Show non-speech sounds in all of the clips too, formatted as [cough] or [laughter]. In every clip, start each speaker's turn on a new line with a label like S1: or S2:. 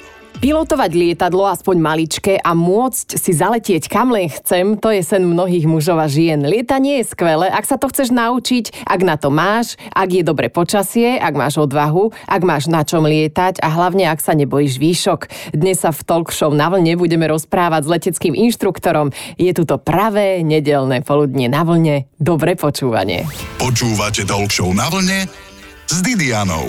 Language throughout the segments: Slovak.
S1: Pilotovať lietadlo aspoň maličké a môcť si zaletieť kam len chcem, to je sen mnohých mužov a žien. Lietanie je skvelé, ak sa to chceš naučiť, ak na to máš, ak je dobre počasie, ak máš odvahu, ak máš na čom lietať a hlavne ak sa nebojíš výšok. Dnes sa v Talk Show na vlne budeme rozprávať s leteckým inštruktorom. Je tu to pravé nedelné poludne na vlne. Dobre počúvanie.
S2: Počúvate talk show na vlne s Didianou.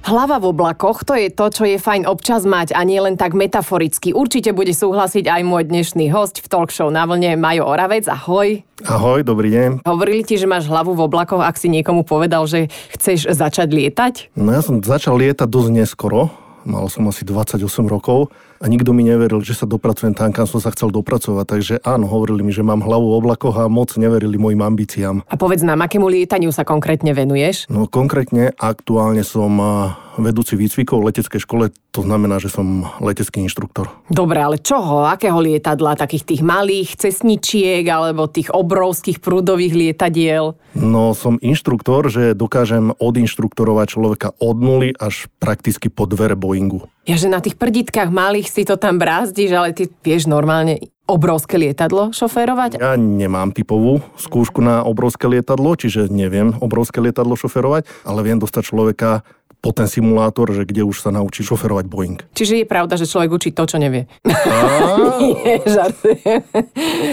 S1: Hlava v oblakoch, to je to, čo je fajn občas mať a nie len tak metaforicky. Určite bude súhlasiť aj môj dnešný host v talk show na vlne Majo Oravec. Ahoj.
S3: Ahoj, dobrý deň.
S1: Hovorili ti, že máš hlavu v oblakoch, ak si niekomu povedal, že chceš začať lietať?
S3: No ja som začal lietať dosť neskoro, mal som asi 28 rokov a nikto mi neveril, že sa dopracujem tam, kam som sa chcel dopracovať. Takže áno, hovorili mi, že mám hlavu v oblakoch a moc neverili mojim ambíciám.
S1: A povedz nám, akému lietaniu sa konkrétne venuješ?
S3: No konkrétne aktuálne som a, vedúci výcvikov v leteckej škole, to znamená, že som letecký inštruktor.
S1: Dobre, ale čoho? Akého lietadla? Takých tých malých cesničiek alebo tých obrovských prúdových lietadiel?
S3: No som inštruktor, že dokážem odinštruktorovať človeka od nuly až prakticky po dvere Boeingu.
S1: Ja, že na tých prditkách malých si to tam brázdiš, ale ty vieš normálne obrovské lietadlo šoférovať?
S3: Ja nemám typovú skúšku na obrovské lietadlo, čiže neviem obrovské lietadlo šoferovať, ale viem dostať človeka po ten simulátor, že kde už sa naučí šoferovať Boeing.
S1: Čiže je pravda, že človek učí to, čo nevie. [laughs]
S3: A
S1: Nie, žartujem.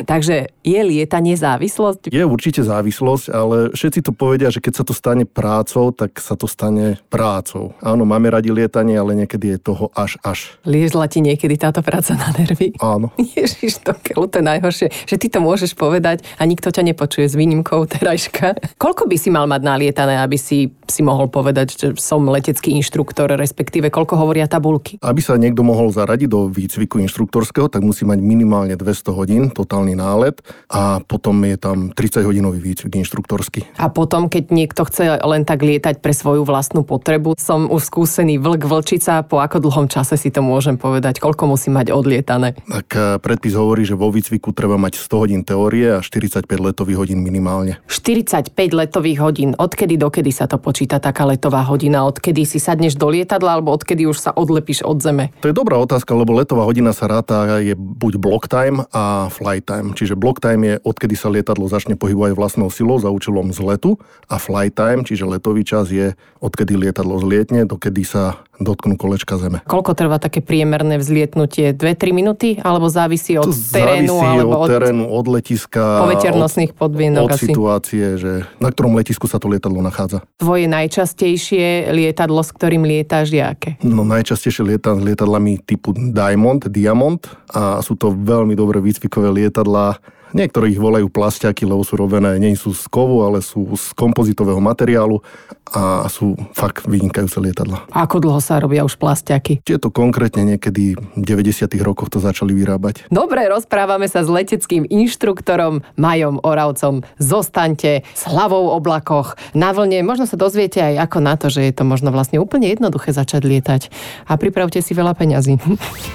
S1: Takže je lietanie závislosť?
S3: je určite závislosť, ale všetci to povedia, že keď sa to stane prácou, tak sa to stane prácou. Áno, máme radi lietanie, ale niekedy je toho až až.
S1: Liezla ti niekedy táto práca na nervy?
S3: Áno.
S1: Ježiš, to keľu, to je najhoršie, že ty to môžeš povedať a nikto ťa nepočuje s výnimkou terajška. Koľko by si mal mať nalietané, aby si si mohol povedať, že som letecký inštruktor, respektíve koľko hovoria tabulky?
S3: Aby sa niekto mohol zaradiť do výcviku inštruktorského, tak musí mať minimálne 200 hodín, totálny nálet a potom je tam 30-hodinový výcvik inštruktorský.
S1: A potom, keď niekto chce len tak lietať pre svoju vlastnú potrebu, som už skúsený vlk vlčica, po ako dlhom čase si to môžem povedať, koľko musí mať odlietané.
S3: Tak eh, predpis hovorí, že vo výcviku treba mať 100 hodín teórie a 45 letových hodín minimálne.
S1: 45 letových hodín. Odkedy dokedy sa to počíta taká letová hodina? Odkedy si sadneš do lietadla alebo odkedy už sa odlepíš od zeme?
S3: To je dobrá otázka, lebo letová hodina sa ráta je buď block time a flight time. Čiže block time je odkedy sa lietadlo začne pohybovať vlastnou silou za účelom zletu a flight time, čiže letový čas je odkedy lietadlo zlietne, dokedy sa dotknú kolečka zeme.
S1: Koľko trvá také priemerné vzlietnutie? 2-3 minúty? Alebo závisí od
S3: To
S1: terénu?
S3: závisí
S1: alebo
S3: od terénu, od letiska,
S1: Poveternostných
S3: od,
S1: podmienok
S3: od
S1: asi.
S3: situácie, že na ktorom letisku sa to lietadlo nachádza.
S1: Tvoje najčastejšie lietadlo, s ktorým lietáš, je aké?
S3: No najčastejšie lieta lietadlami typu Diamond, Diamond a sú to veľmi dobré výcvikové lietadlá. Niektoré ich volajú plastiaky, lebo sú robené, nie sú z kovu, ale sú z kompozitového materiálu a sú fakt vynikajúce lietadla.
S1: Ako dlho sa robia už plastiaky?
S3: Tieto konkrétne niekedy v 90. rokoch to začali vyrábať.
S1: Dobre, rozprávame sa s leteckým inštruktorom Majom Oravcom. Zostaňte s hlavou v oblakoch na vlne. Možno sa dozviete aj ako na to, že je to možno vlastne úplne jednoduché začať lietať. A pripravte si veľa peňazí.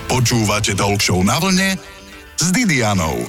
S2: Počúvate talk show na vlne s Didianou.
S1: [laughs]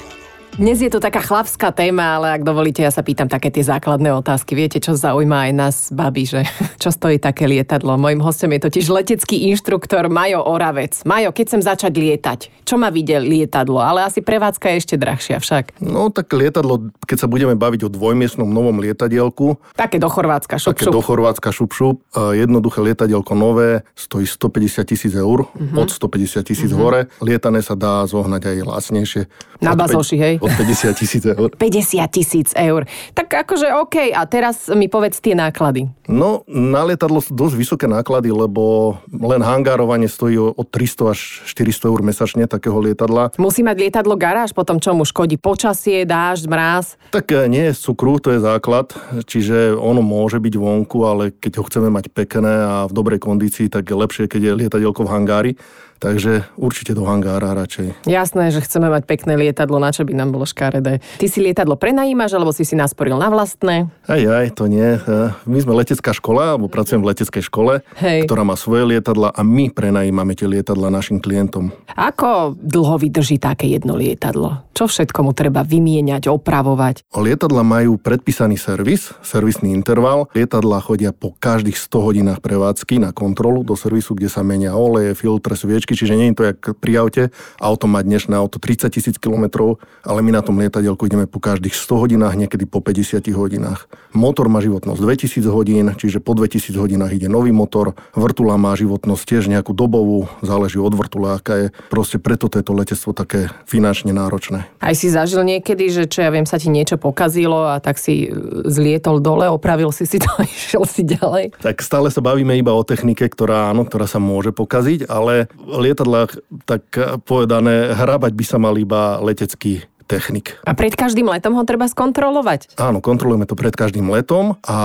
S1: Dnes je to taká chlapská téma, ale ak dovolíte, ja sa pýtam také tie základné otázky. Viete, čo zaujíma aj nás, babi, že [laughs] čo stojí také lietadlo? Mojím hostom je totiž letecký inštruktor Majo Oravec. Majo, keď chcem začať lietať, čo ma videl lietadlo? Ale asi prevádzka je ešte drahšia však.
S3: No tak lietadlo, keď sa budeme baviť o dvojmiestnom novom lietadielku,
S1: Také do Chorvátska, šup,
S3: také
S1: šup.
S3: do Chorvátska šup, šup. E, Jednoduché lietadielko nové stojí 150 tisíc eur,
S1: Mhm.
S3: od 150 tisíc hore. Lietané sa dá zohnať aj lacnejšie.
S1: Na
S3: Od pe-
S1: bazoši, hej?
S3: Od 50 tisíc eur.
S1: 50 tisíc eur. Tak akože OK, a teraz mi povedz tie náklady.
S3: No, na lietadlo sú dosť vysoké náklady, lebo len hangárovanie stojí o- od 300 až 400 eur mesačne takého lietadla.
S1: Musí mať lietadlo garáž, potom čo mu škodí počasie, dážď, mráz.
S3: Tak e, nie je z cukru, to je základ, čiže ono môže byť vonku, ale keď ho chceme mať pekné a v dobrej kondícii, tak je lepšie, keď je lietadielko v hangári. Takže určite do hangára radšej.
S1: Jasné, že chceme mať pekné lietadlo, na čo by nám bolo škaredé. Ty si lietadlo prenajímaš, alebo si si nasporil na vlastné?
S3: Aj, aj, to nie. Eh, My sme letecká škola, alebo pracujem v leteckej škole,
S1: Hej.
S3: ktorá má svoje lietadla a my prenajímame tie lietadla našim klientom.
S1: Ako dlho vydrží také jedno lietadlo? Čo všetko mu treba vymieňať, opravovať?
S3: Lietadla majú predpísaný servis, servisný interval. Lietadla chodia po každých 100 hodinách prevádzky na kontrolu do servisu, kde sa menia oleje, filtre, sviečky, čiže nie je to jak pri aute. Auto má dnešné auto 30 tisíc kilometrov, ale my na tom lietadielku ideme po každých 100 hodinách, niekedy po 50 hodinách. Motor má životnosť 2000 hodín, čiže po 2000 hodinách ide nový motor. Vrtula má životnosť tiež nejakú dobovú, záleží od vrtula, aká je. Proste preto to je to letectvo také finančne náročné.
S1: Aj si zažil niekedy, že čo ja viem, sa ti niečo pokazilo a tak si e, zlietol dole, opravil si si to a [laughs] išiel si ďalej?
S3: Tak stále sa bavíme iba o technike, ktorá áno, ktorá sa môže pokaziť, ale v lietadlách, tak povedané, hrábať by sa mal iba letecký technik.
S1: A pred každým letom ho treba skontrolovať.
S3: Áno, kontrolujeme to pred každým letom a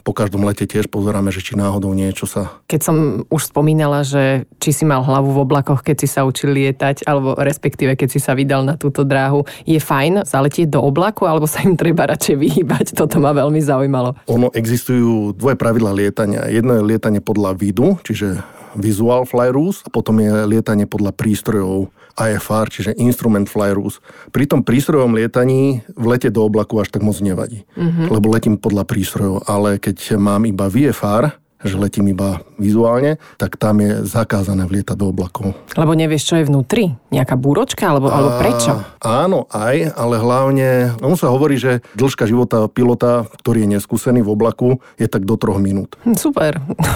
S3: po každom lete tiež pozeráme, že či náhodou niečo sa...
S1: Keď som už spomínala, že či si mal hlavu v oblakoch, keď si sa učil lietať, alebo respektíve keď si sa vydal na túto dráhu, je fajn zaletieť do oblaku, alebo sa im treba radšej vyhýbať? Toto ma veľmi zaujímalo.
S3: Ono existujú dvoje pravidla lietania. Jedno je lietanie podľa vidu, čiže Visual Fly Rules, a potom je lietanie podľa prístrojov IFR, čiže Instrument Fly Rules. Pri tom prístrojovom lietaní v lete do oblaku až tak moc nevadí, lebo letím podľa prístrojov, ale keď mám iba VFR, že letím iba vizuálne, tak tam je zakázané vlietať do oblakov.
S1: Lebo nevieš, čo je vnútri? Nejaká búročka? Alebo, alebo prečo?
S3: Á, áno, aj, ale hlavne, ono sa hovorí, že dĺžka života pilota, ktorý je neskúsený v oblaku, je tak do troch minút.
S1: Hm, Super. [laughs]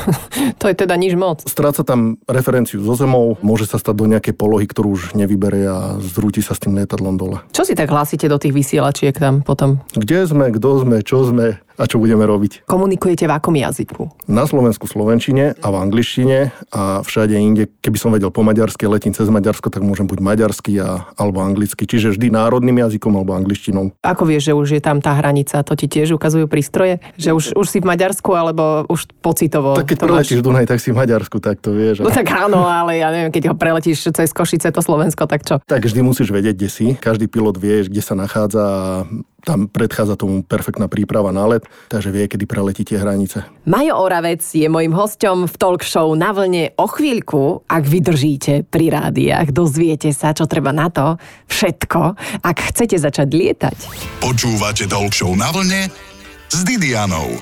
S1: to je teda nič moc.
S3: Stráca tam referenciu so zemou, môže sa stať do nejakej polohy, ktorú už nevybere a zrúti sa s tým lietadlom dole.
S1: Čo si tak hlásite do tých vysielačiek tam potom?
S3: Kde sme, kto sme, čo sme a čo budeme robiť.
S1: Komunikujete v akom jazyku?
S3: Na Slovensku v Slovenčine a v angličtine a všade inde, keby som vedel po maďarsky, letím cez Maďarsko, tak môžem buď maďarsky a, alebo anglicky, čiže vždy národným jazykom alebo angličtinou.
S1: Ako vieš, že už je tam tá hranica? To ti tiež ukazujú prístroje? Že už, už si v Maďarsku, alebo už pocitovo?
S3: Tak keď
S1: to máš?
S3: preletíš Dunaj, tak si v Maďarsku, tak to vieš.
S1: No tak áno, ale ja neviem, keď ho preletíš cez Košice, to Slovensko, tak čo?
S3: Tak vždy musíš vedieť, kde si. Každý pilot vie, kde sa nachádza a tam predchádza tomu perfektná príprava na let, takže vie, kedy preletí tie hranice.
S1: Majo Oravec je mojim hosťom v talk show na vlne o chvíľku. Ak vydržíte pri rádiách, dozviete sa, čo treba na to, všetko, ak chcete začať lietať.
S2: Počúvate Talk Show na vlne s Didianou.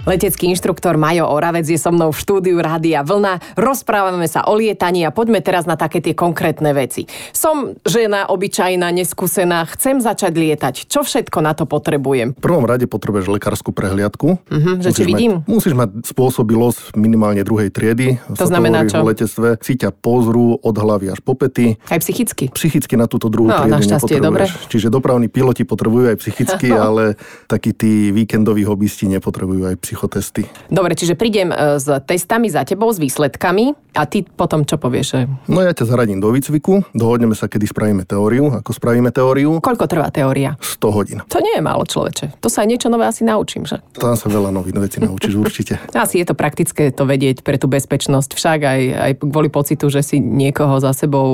S1: Letecký inštruktor Majo Oravec je so mnou v štúdiu Rádia Vlna. Rozprávame sa o lietaní a poďme teraz na také tie konkrétne veci. Som žena obyčajná, neskúsená, chcem začať lietať. Čo všetko na to potrebujem?
S3: V prvom rade potrebuješ lekárskú prehliadku.
S1: Mhm, že či
S3: Musíš
S1: vidím?
S3: Mať, musíš mať spôsobilosť minimálne druhej triedy.
S1: To znamená
S3: hovorí
S1: čo?
S3: V letectve si ťa pozrú od hlavy až po pety.
S1: Aj psychicky.
S3: Psychicky na túto druhú
S1: No,
S3: triedu
S1: našťastie,
S3: nepotrebuješ. Čiže dopravní piloti potrebujú aj
S1: [laughs]
S3: psychicky, ale takí tí víkendoví hobisti nepotrebujú aj psychotesty.
S1: Dobre, čiže prídem e, s testami za tebou, s výsledkami a ty potom čo povieš? že
S3: No ja ťa zaradím do výcviku, dohodneme sa, kedy spravíme teóriu, ako spravíme teóriu,
S1: Koľko trvá teória?
S3: 100 hodín.
S1: To nie je málo človeče. To sa aj niečo nové asi naučím, že?
S3: Tam sa veľa nových vecí naučíš určite.
S1: [laughs] Asi je to praktické to vedieť pre tú bezpečnosť. Však aj, aj kvôli pocitu, že si niekoho za sebou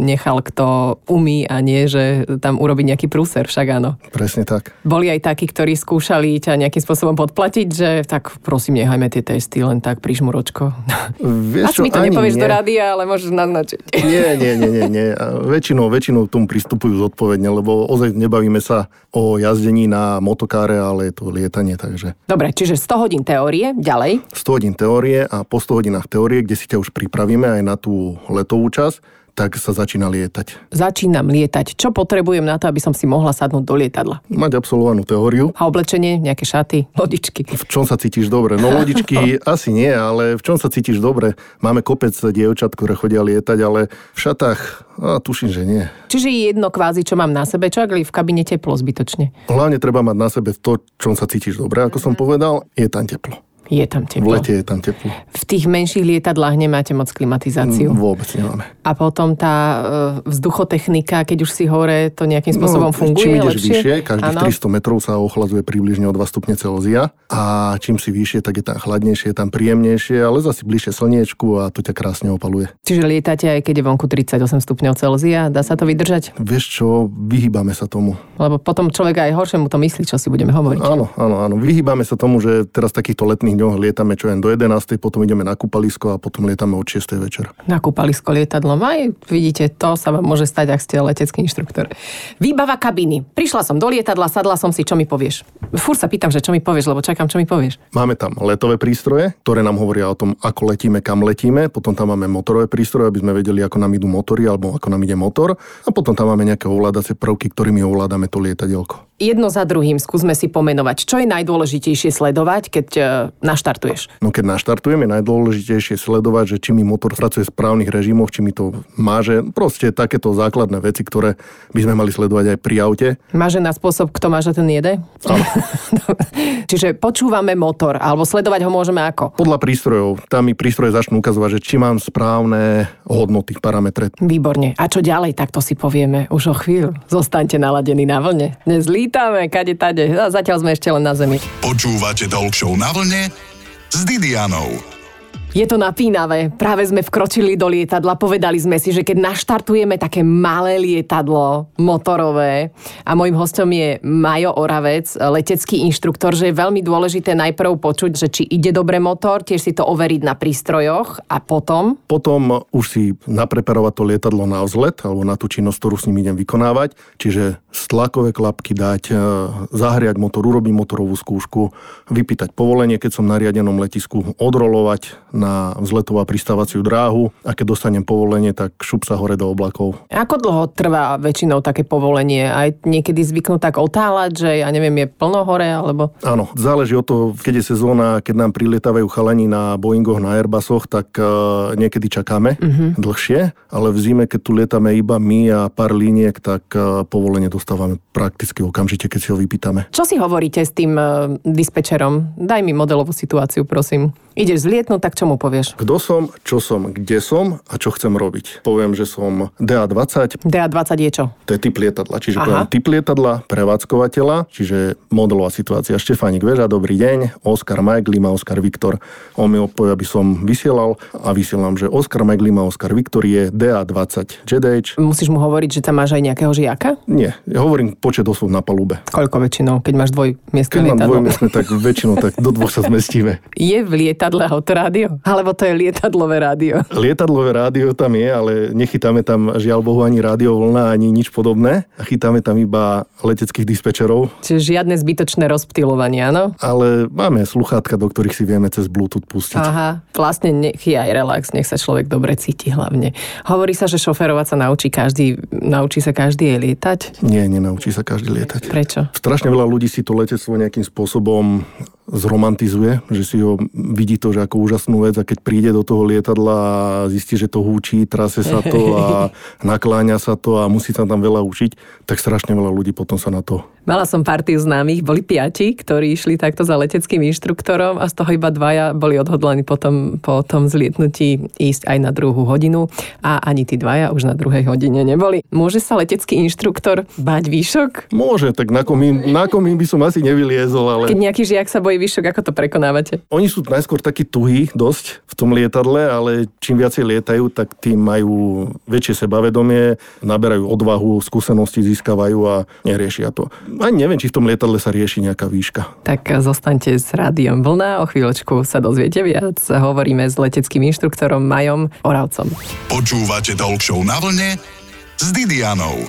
S1: nechal, kto umí a nie, že tam urobí nejaký prúser. Však áno.
S3: Presne tak.
S1: Boli aj takí, ktorí skúšali ťa nejakým spôsobom podplatiť, že tak prosím, nechajme tie testy len tak pri žmuročko.
S3: Vieš
S1: Asi mi to
S3: ani
S1: nepovieš
S3: nie.
S1: do rádia, ale môžeš naznačiť.
S3: Nie, nie, nie, nie, nie. A Väčšinou, väčšinou k tomu pristupujú zodpovedne, lebo ozaj nebavíme sa o jazdení na motokáre, ale je to lietanie, takže
S1: Dobre, čiže 100 hodín teórie, ďalej.
S3: 100 hodín teórie a po 100 hodinách teórie, kde si ťa už pripravíme aj na tú letovú časť, tak sa začína lietať.
S1: Začínam lietať. Čo potrebujem na to, aby som si mohla sadnúť do lietadla?
S3: Mať absolvovanú teóriu,
S1: A oblečenie, nejaké šaty, lodičky.
S3: v čom sa cítiš dobre? No lodičky asi nie, ale v čom sa cítiš dobre? Máme kopec dievčat, ktoré chodia lietať, ale v šatách, a tuším, že nie.
S1: Čiže je jedno kvázi, čo mám na sebe, čo ak je v kabine teplo zbytočne.
S3: Hlavne treba mať na sebe to, čom sa cítiš dobre, ako som povedal, je tam teplo.
S1: Je tam
S3: V
S1: teplo.
S3: lete je tam teplo. No,
S1: V tých menších lietadlách nemáte moc klimatizáciu.
S3: Vôbec nemáme.
S1: A potom tá e, vzduchotechnika, keď už si hore, to nejakým spôsobom funguje
S3: Čím
S1: lepšie?
S3: ideš No, vyššie, každých
S1: Áno.
S3: 300 metrov sa ochladzuje približne o 2 stupne Celzia a čím si vyššie, tak je tam chladnejšie, je tam príjemnejšie, ale zase bližšie slniečku a to ťa krásne opaluje.
S1: Čiže lietate aj keď je vonku 38 stupňov Celzia, dá sa to vydržať?
S3: Vieš čo, vyhýbame sa tomu.
S1: Lebo potom človek aj horšie mu to myslí, čo si budeme hovoriť.
S3: Áno, áno, áno. Vyhýbame sa tomu, že teraz v takýchto letných dňoch lietame čo len do 11, potom ideme na kúpalisko a potom lietame od 6 večer.
S1: Nakúpali s lietadlom aj, vidíte, to sa vám môže stať, ak ste letecký inštruktor. Výbava kabiny. Prišla som do lietadla, sadla som si, čo mi povieš? Fúr sa pýtam, že čo mi povieš, lebo čakám, čo mi povieš.
S3: Máme tam letové prístroje, ktoré nám hovoria o tom, ako letíme, kam letíme. Potom tam máme motorové prístroje, aby sme vedeli, ako nám idú motory alebo ako nám ide motor. A potom tam máme nejaké ovládacie prvky, ktorými ovládame to lietadielko.
S1: Jedno za druhým skúsme si pomenovať, čo je najdôležitejšie sledovať, keď e, naštartuješ.
S3: No keď naštartujem, je najdôležitejšie sledovať, že či mi motor pracuje v správnych režimoch, či mi to máže. Proste takéto základné veci, ktoré by sme mali sledovať aj pri aute.
S1: Maže na spôsob, kto maže, ten jede? [laughs] Čiže počúvame motor, alebo sledovať ho môžeme ako?
S3: Podľa prístrojov, tam mi prístroje začnú ukazovať, že či mám správne hodnoty, parametre.
S1: Výborne. A čo ďalej, tak to si povieme už o chvíľu. Zostaňte naladení na vlne. Dnes lítame, kade tade. A zatiaľ sme ešte len na zemi.
S2: Počúvate Talk Show na vlne s Didianou.
S1: Je to napínavé. Práve sme vkročili do lietadla, povedali sme si, že keď naštartujeme také malé lietadlo, motorové, a môjim hostom je Majo Oravec, letecký inštruktor, že je veľmi dôležité najprv počuť, že či ide dobre motor, tiež si to overiť na prístrojoch a potom...
S3: Potom už si napreparovať to lietadlo na vzlet alebo na tú činnosť, ktorú s ním idem vykonávať. Čiže stlakové klapky dať, e, zahriať motor, urobím motorovú skúšku, vypýtať povolenie, keď som na riadenom letisku, odrolovať na vzletovú a pristávaciu dráhu a keď dostanem povolenie, tak šup sa hore do oblakov.
S1: Ako dlho trvá väčšinou také povolenie? Aj niekedy zvyknú tak otáľať, že ja neviem, je plno hore, alebo...
S3: Áno, záleží od toho, keď je sezóna, keď nám prilietavajú chalani na Boeingoch, na Airbusoch, tak uh, niekedy čakáme uh-huh. dlhšie, ale v zime, keď tu lietame iba my a pár liniek, tak uh, povolenie dostávame prakticky okamžite, keď si ho vypýtame.
S1: Čo si hovoríte s tým uh, dispečerom? Daj mi modelovú situáciu, prosím. Ideš zlietnúť, tak čo mu povieš?
S3: Kto som, čo som, kde som a čo chcem robiť. Poviem, že som DA20,
S1: DA20 Teda je čo?
S3: to je typ lietadla. Čiže
S1: Aha.
S3: Aha. poviem typ lietadla, prevádzkovateľa, čiže modelová situácia. Štefánik Veža, dobrý deň, Oskar Mike, Lima, Oskar Viktor. On mi odpovie, aby som vysielal a vysielam, že Oskar Mike, Lima, Oskar Viktor je DA20 Jet Age.
S1: Musíš mu hovoriť, že tam máš aj nejakého žiaka?
S3: Nie, ja hovorím počet osôb na palube.
S1: Koľko väčšinou, keď máš dvojmiestne
S3: Keď mám
S1: lietadlo?
S3: dvojmiestne, tak väčšinou tak do dvoch sa zmestíme.
S1: Je v lietadle autorádio? Alebo to je lietadlové rádio?
S3: Lietadlové rádio tam je, ale nechytáme tam žiaľ Bohu ani rádiovlna, ani nič podobné. Chytáme tam iba leteckých dispečerov,
S1: Čiže žiadne zbytočné rozptýlovanie, áno?
S3: ale máme sluchátka, do ktorých si vieme cez Bluetooth pustiť.
S1: Aha, vlastne nech je aj relax, nech sa človek dobre cíti hlavne. Hovorí sa, že šoferovať sa naučí každý, naučí sa každý aj lietať.
S3: Nie, nenaučí sa každý lietať.
S1: Prečo?
S3: Strašne veľa ľudí si to letectvo nejakým spôsobom zromantizuje, že si ho vidí to, že ako úžasnú vec a keď príde do toho lietadla a zistí, že to húči, trase sa to a nakláňa sa to a musí sa tam veľa učiť, tak strašne veľa ľudí potom sa na to...
S1: Mala som partiu známych, boli piati, ktorí išli takto za leteckým inštruktorom a z toho iba dvaja boli odhodlení potom po tom zlietnutí ísť aj na druhú hodinu a ani tí dvaja už na druhej hodine neboli. Môže sa letecký inštruktor bať výšok?
S3: Môže, tak na komín, na komín by som asi nevyliezol, ale...
S1: Keď nejaký žiak sa bojí výšok, ako to prekonávate?
S3: Oni sú najskôr takí tuhí dosť v tom lietadle, ale čím viacej lietajú, tak tým majú väčšie sebavedomie, naberajú odvahu, skúsenosti získavajú a neriešia to. Ani neviem, či v tom lietadle sa rieši nejaká výška.
S1: Tak zostaňte s rádiom Vlna, o chvíľočku sa dozviete viac. Hovoríme s leteckým inštruktorom Majom Oravcom.
S2: Počúvate Talk Show na vlne s Didianou.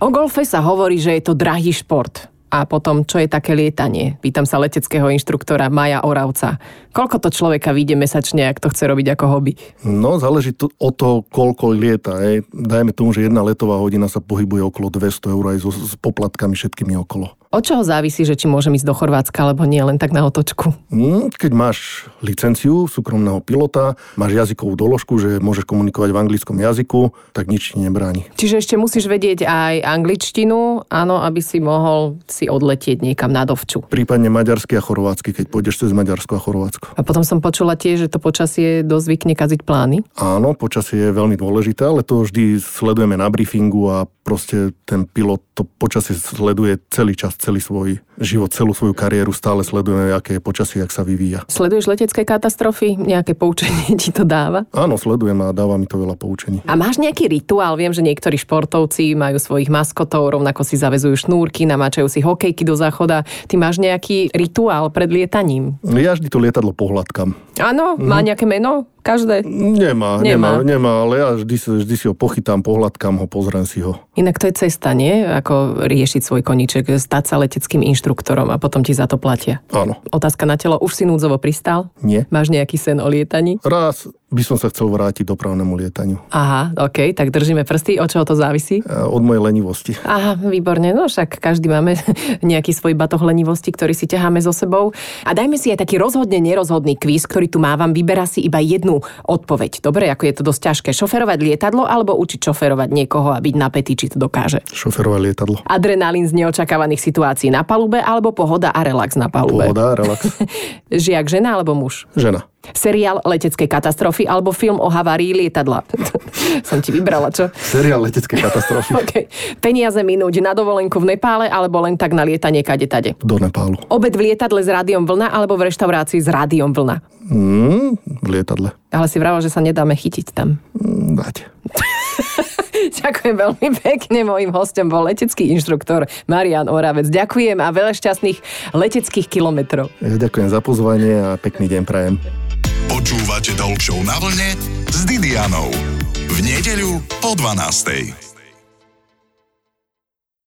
S1: O golfe sa hovorí, že je to drahý šport. A potom, čo je také lietanie? Pýtam sa leteckého inštruktora Maja Oravca. Koľko to človeka vyjde mesačne, ak to chce robiť ako hobby?
S3: No, záleží to od toho, koľko lieta. Hej. Dajme tomu, že jedna letová hodina sa pohybuje okolo 200 eur aj so, s poplatkami všetkými okolo.
S1: Od čoho závisí, že či môžem ísť do Chorvátska, alebo nie, len tak na otočku?
S3: Mm, Keď máš licenciu súkromného pilota, máš jazykovú doložku, že môžeš komunikovať v anglickom jazyku, tak nič ti nebráni.
S1: Čiže ešte musíš vedieť aj angličtinu, áno, aby si mohol si odletieť niekam na dovču.
S3: Prípadne maďarsky a chorvátsky, keď pôjdeš cez Maďarsko a Chorvátsko.
S1: A potom som počula tiež, že to počasie dosť zvykne kaziť plány.
S3: Áno, počasie je veľmi dôležité, ale to vždy sledujeme na briefingu a proste ten pilot to počasie sleduje celý čas, celý svoj život, celú svoju kariéru, stále sledujeme, aké je počasie, jak sa vyvíja.
S1: Sleduješ letecké katastrofy? Nejaké poučenie [laughs] ti to dáva?
S3: Áno, sledujem a dáva mi to veľa poučení.
S1: A máš nejaký rituál? Viem, že niektorí športovci majú svojich maskotov, rovnako si zavezujú šnúrky, namáčajú si hokejky do záchoda. Ty máš nejaký rituál pred lietaním?
S3: Ja vždy to lietadlo pohľadkam.
S1: Áno, má nejaké meno? Každé?
S3: Nemá,
S1: Nemá.
S3: nemá, nemá, ale ja vždy, si- vždy si ho pochytám, pohľadkám ho, pozriem si ho.
S1: Inak to je cesta, nie? Ako riešiť svoj koniček, stať sa leteckým inštruktorom a potom ti za to platia.
S3: Áno.
S1: Otázka na telo. Už si núdzovo pristal?
S3: Nie.
S1: Máš nejaký sen o lietaní?
S3: Raz by som sa chcel vrátiť dopravnému lietaniu.
S1: Aha, OK, tak držíme prsty. Od čoho to závisí?
S3: E, Od mojej lenivosti.
S1: Aha, výborne. No však každý máme [laughs] nejaký svoj batoh lenivosti, ktorý si ťaháme so sebou. A dajme si aj taký rozhodne nerozhodný kvíz, ktorý tu mávam. Vyberá si iba jednu odpoveď. Dobre, ako je to dosť ťažké. Šoferovať lietadlo alebo učiť šoferovať niekoho a byť napätý, či to dokáže.
S3: Šoferové lietadlo.
S1: Adrenalín z neočakávaných situácií na palube alebo pohoda a relax na palube.
S3: Pohoda, relax.
S1: [laughs] Žiak žena alebo muž?
S3: Žena.
S1: Seriál leteckej katastrofy alebo film o havárii lietadla. [laughs] Som ti vybrala, čo?
S3: Seriál letecké [laughs] katastrofy.
S1: OK. Peniaze minúť na dovolenku v Nepále alebo len tak na lietanie kade tade.
S3: Do Nepálu.
S1: Obed v lietadle s rádiom vlna alebo v reštaurácii s rádiom vlna.
S3: Mm, v lietadle.
S1: Ale si vravel, že sa nedáme chytiť tam. [laughs]
S3: Mm, Dať.
S1: Ďakujem veľmi pekne. Mojím hostom bol letecký inštruktor Marian Oravec. Ďakujem a veľa šťastných leteckých kilometrov.
S3: Ja ďakujem za pozvanie a pekný deň prajem.
S2: Počúvate Talk Show na vlne s Didianou. V nedeľu po 12.